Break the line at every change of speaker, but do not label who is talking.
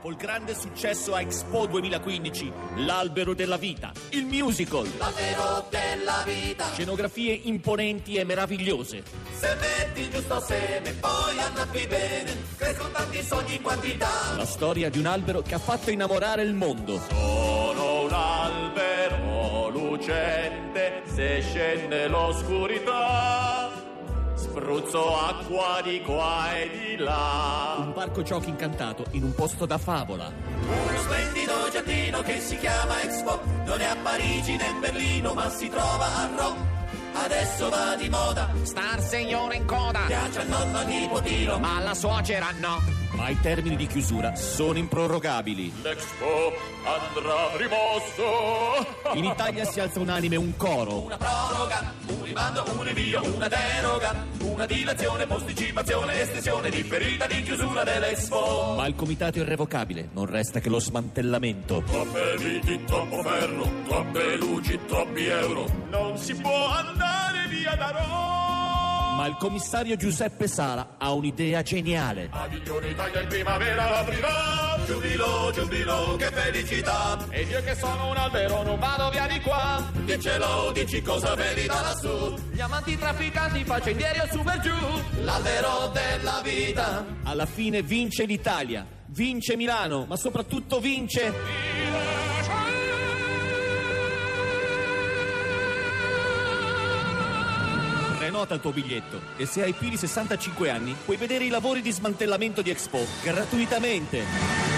Col grande successo a Expo 2015, l'albero della vita, il musical,
Davvero della vita
scenografie imponenti e meravigliose,
Se metti il giusto seme Poi annaffi bene Crescono tanti sogni in quantità
la storia di un albero che ha fatto innamorare il mondo.
Sono un albero lucente Se scende l'oscurità Spruzzo acqua di qua e di là
Un parco giochi incantato in un posto da favola.
Uno splendido giardino che si chiama Expo Non è a Parigi né a Berlino Ma si trova a Roma Adesso va di moda
Sta il signore in coda,
Piace a nonno nipotino
ma alla suocera no.
Ma i termini di chiusura sono improrogabili.
L'Expo andrà rimosso.
In Italia si alza unanime un coro.
Una proroga, un rimando, un rinvio, una deroga, una dilazione, posticipazione, estensione, differita di chiusura dell'Expo.
Ma il comitato irrevocabile non resta che lo smantellamento.
Troppe viti, troppo ferro, troppe luci, troppi euro. Non si può andare via da Roma.
Ma il commissario Giuseppe Sala ha un'idea geniale.
Aviglione Italia in primavera aprirà. Giubilo, giubilo, che felicità.
E io che sono un albero non vado via di qua.
Dicelo, dici cosa vedi da lassù.
Gli amanti trafficanti, faccendieri o su per giù.
L'albero della vita.
Alla fine vince l'Italia, vince Milano, ma soprattutto vince... Prenota il tuo biglietto e se hai più di 65 anni puoi vedere i lavori di smantellamento di Expo gratuitamente.